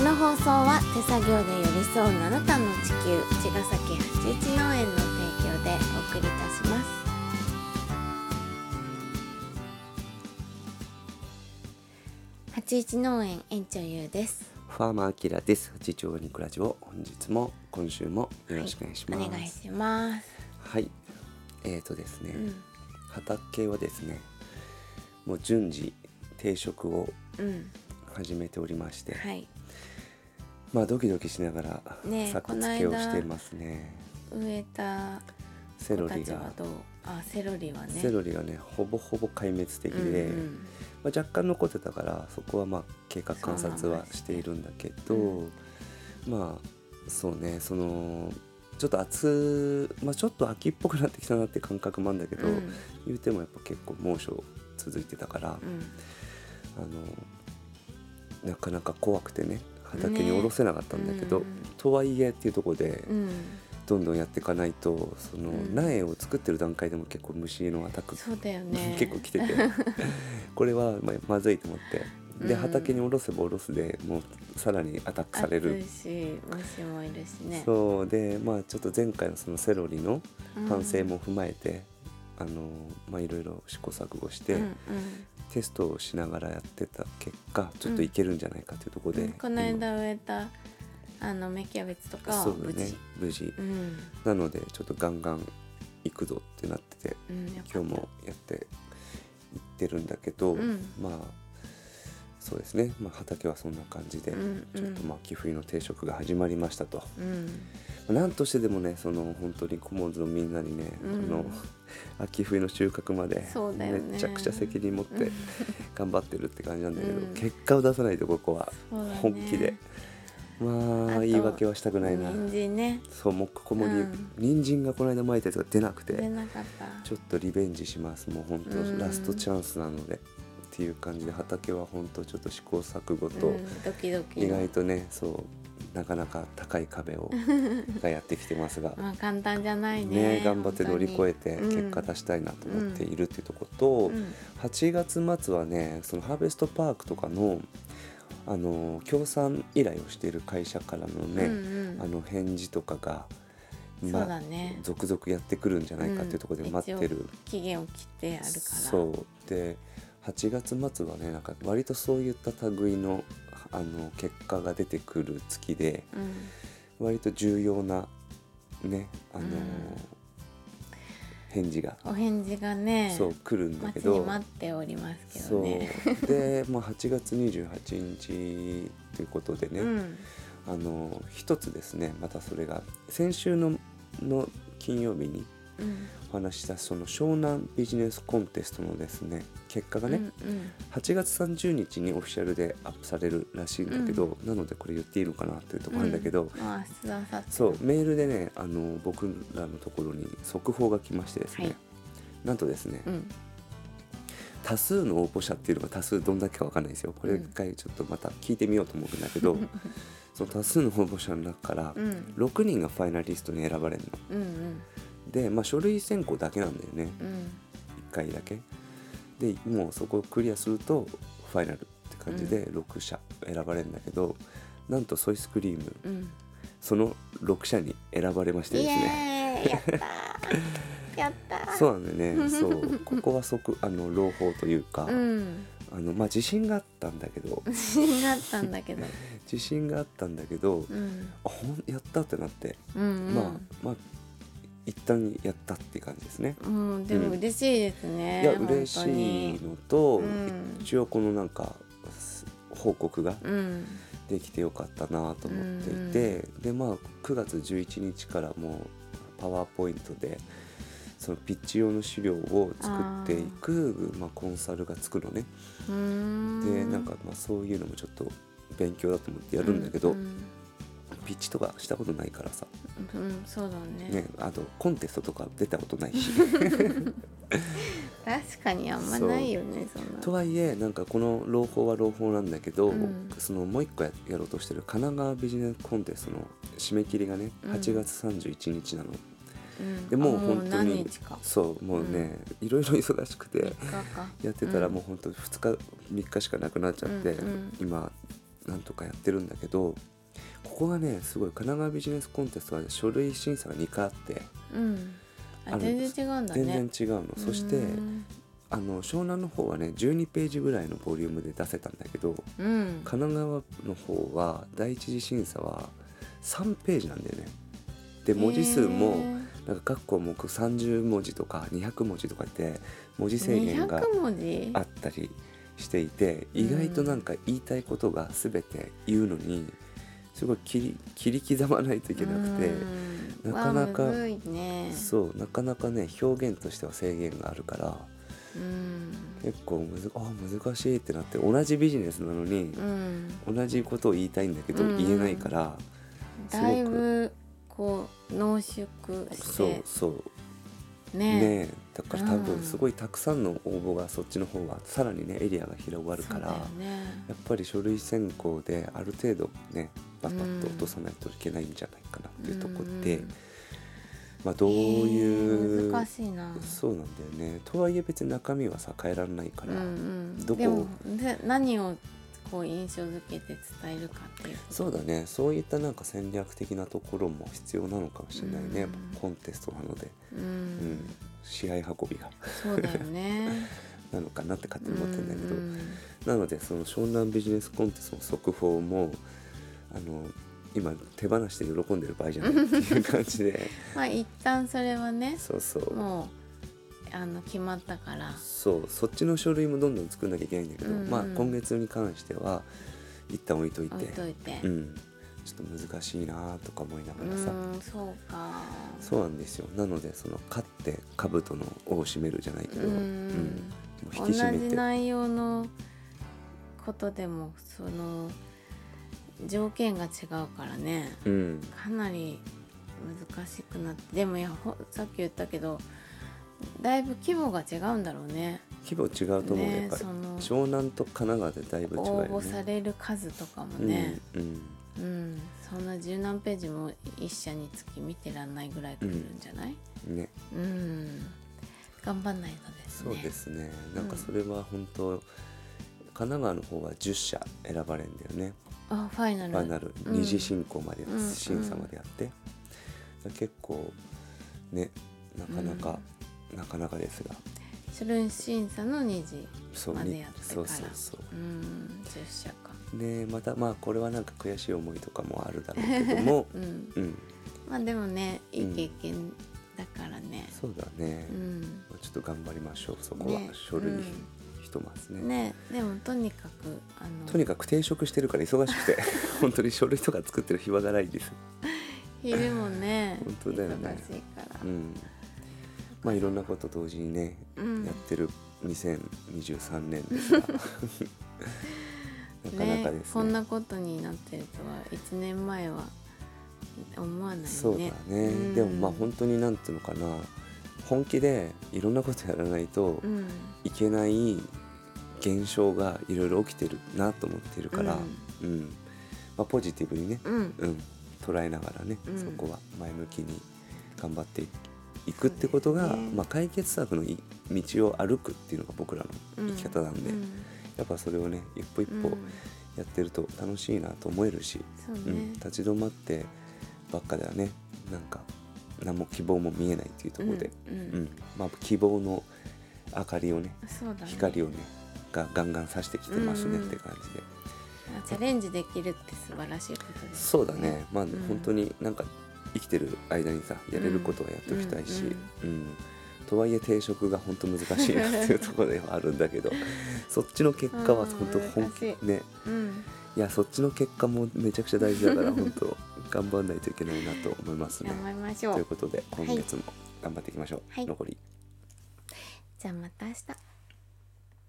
の放送は手作業で寄り添うあなたの地球茅ヶ崎八一農園の提供でお送りいたします八一農園園長ゆうですファーマーアキラです。八丁ガニクラジオ本日も今週もよろしくお願いしおます。願いしますはい。えーとですね、うん畑はですね、もう順次定食をうん始めておりまして、はいまあドキドキしながらねえ作付けをこの間してますね。植えたセロ子たリちはが、どうあセロリはねセロリがねほぼほぼ壊滅的で、うんうんまあ、若干残ってたからそこはまあ経過観察はしているんだけど、うまあそうねそのちょっと暑、まあ、ちょっと秋っぽくなってきたなって感覚もあるんだけど、うん言うてもやっぱ結構猛暑続いてたから、あのなかなか怖くてね畑ねに下ろせなかったんだけうど、んとはいえっていうところでうんうんどんどんやっていかないとそのうん苗を作ってる段階でも結構虫のアタックそうだよね 結構来て てこれはままずいと思ってでうん畑に下ろせば下ろすでもうさらにアタックされ暑いる、し虫もいるしねそうでまあちょっと前回のそのセロリのうん反省も踏まえて、あのまあいろいろ試行錯誤して、うんうんテストをしながらやってた結果ちょっといけるんじゃないかというところで、うんこの間植えたあの芽キャベツとか今はそうだ無ね事無事うんなのでちょっとガンガン行くぞってなっててうんよかった今日もやっていってるんだけど、うんまあそうですね、まあ、畑はそんな感じで、うんうんちょっとまあ秋冬の定食が始まりましたと。うんなんとしてでもねその本当にコモンズのみんなにね、うんあの秋冬の収穫までそうだよねめちゃくちゃ責任持って頑張ってるって感じなんだけど、うん結果を出さないとここはそうだね本気で、まああと言い訳はしたくないな人参ねそうもうここもに、うん人参がこの間巻いたやつが出なくて出なかったちょっとリベンジしますもう本うん当ラストチャンスなので、っていう感じで畑は本当ちょっと試行錯誤うと、んドキドキ意外とねそうなかなか高い壁をがやってきて ますが。まあ簡単じゃないねね、頑張って乗り越えて本当に結果出したいなと思っているっていうところと、うんうん8月末はねそのハーベストパークとかのあの協賛依頼をしている会社からのね、うんうんあの返事とかが、そうだね続々やってくるんじゃないかっていうところで待ってる、うん一応期限を切ってあるからそうで8月末はねなんか割とそういった類のあの結果が出てくる月でうん割と重要なねあのうー、ん返事が、お返事がねそう来るんだ待けちにど待っておりますけそどうねで、 まあ、8月28日ということでね、うんあのー一つですねまたそれが先週のの金曜日にうんお話ししたその湘南ビジネスコンテストのですね結果がね、うん8月30日にオフィシャルでアップされるらしいんだけど、なのでこれ言っていいのかなっていうところなんだけど、うんまあ明日明後日そうメールでねあの僕らのところに速報が来ましてですね、はいなんとですね、うん多数の応募者っていうのが多数どんだけかわかんないですよこれうん一回ちょっとまた聞いてみようと思うんだ けど、その多数の応募者の中からうん6人がファイナリストに選ばれるのうんうんで、まあ、書類選考だけなんだよねうん1回だけでもうそこをクリアするとファイナルって感じで6社選ばれるんだけど、なんとソイスクリームうんその6社に選ばれましてイですねエーイやったーやったーそうなんだ よねそうここはそこあの朗報というか、うんあのまあ自信があったんだけど自信があったんだけど自信があったんだけど、うんあほんやったってなって、うんうんまあまあ一旦やったっていう感じですね。うんでも嬉しいですねいや嬉しいのと、うん一応このなんかす報告がうんできてよかったなと思っていて、でまあ9月11日からもうパワーポイントでそのピッチ用の資料を作っていくまあ、コンサルがつくのね、うーんでなんかまあそういうのもちょっと勉強だと思ってやるんだけど、うんピッチとかしたことないからさ、うんうんそうだねね、あとコンテストとか出たことな いし確かにあんまないよねそんなとはいえなんかこの朗報は朗報なんだけど、うんそのもう一個ややろうとしてる神奈川ビジネスコンテストの締め切りがねうん8月31日なの。うんでもうあ本当何に日かそうもうね、いろいろ忙しくて3日かやってたらうんもう本当2日3日しかなくなっちゃって、うんうん今なんとかやってるんだけどここがねすごい神奈川ビジネスコンテストは書類審査が2回あってうんあある全然違うんだね全然違うの、そしてうんあの湘南の方はね12ページぐらいのボリュームで出せたんだけどうん神奈川の方は第一次審査は3ページなんだよねで文字数もなんか各項目30文字とか200文字とかって文字制限が200文字あったりしていて意外となんか言いたいことが全て言うのにすごい切り切り刻まないといけなくて、うんなかなかわあむずいねそうなかなかね表現としては制限があるからうん結構むずあ難しいってなって同じビジネスなのにうん同じことを言いたいんだけどうん言えないから、すごくだいぶこう濃縮しそうてそうねねだから多う分んすごいたくさんの応募がそっちの方はさらにねエリアが広がるから、そうだよねやっぱり書類選考である程度ねバタッと落とさないといけないんじゃないかなっていうとこで、うんまあ、どういう、えー難しいなそうなんだよねとはいえ別に中身はさ変えられないから、うんうん、どこでもで何をこう印象づけて伝えるかっていうことそうだねそういったなんか戦略的なところも必要なのかもしれないね、うんコンテストなので、うん、うん、試合運びがそうだよねなのかなって勝手に 思ってるんだけど、うんうんなのでその湘南ビジネスコンテストの速報もあの今手放して喜んでる場合じゃないっていう感 じでまあ一旦それはねそうそうもうあの決まったからそうそっちの書類もどんどん作んなきゃいけないんだけど、うんうんまあ今月に関しては一旦置いといて置いといてうん、ちょっと難しいなとか思いなうがらさ、んそうかそうなんですよなのでその勝って兜の尾を締めるじゃないけど、うんもう同引き締めじて内容のことでもその条件が違うからねうんかなり難しくなってでもいやほさっき言ったけどだいぶ規模が違うんだろうね規模違うと思う、ねやっぱりその湘南と神奈川でだいぶ違うよ応ね募される数とかもね、うんうんうんそんな十何ページも一社につき見てらんないぐらい来るんじゃない、ね、うん頑張んないとですそねうですね。なんうかんそれは本当、神奈川の方は10社選ばれんだよね。あファイナルファイナルうん二次進行までやって、うん審査までやって、だから結構ねなかなか、なかなかですが、書類審査の2次そうまでにやってからそうそうそう。うん10社か、でまたまあこれはなんか悔しい思いとかもあるだろうけども うんうん、まあでもねいい経験だからねそうだね。うんまあちょっと頑張りましょう。そこは、ね書類、うんひとますね。ねでもとにかくあのとにかく転職してるから忙しく て本当に書類とか作ってる暇がないです。昼もね 本当だよね忙しいからうん、まあいろんなこと同時にね、うんやってる2023年です がなかなかですこねんなことになってるとは1年前は思わないねそうだね、でもまあ本当になんていうのかな本気でいろんなことやらないと当うんいけない現象がいろいろ起きてるなと思ってるから、うんまあ、ポジティブにね、うんうん、捉えながらね、うんそこは前向きに頑張っていくってことが、そうだよねまあ、解決策のい道を歩くっていうのが僕らのうん生き方なんで、うんやっぱそれをね一歩一うん歩やってると楽しいなと思えるし、そううんね立ち止まってばっかではねなんか何も希望も見えないっていうところで、うんうんうんまあ、希望の明かりをねそうだね光をねがガンガンさしてきてますねうんって感じで、チャレンジできるって素晴らしいことですそうだねまあ、ん本当になんか生きてる間にさやれることはやっておきたいし、うんとはいえ定職が本当難しいなっていうところではあるん だけどそっちの結果は本当うん本難し気ねうんいやそっちの結果もめちゃくちゃ大事だから本当頑張んないといけないなと思いますね頑。張りましょといううことでい今月も頑張っていきましょう、はい残りじゃあまた明日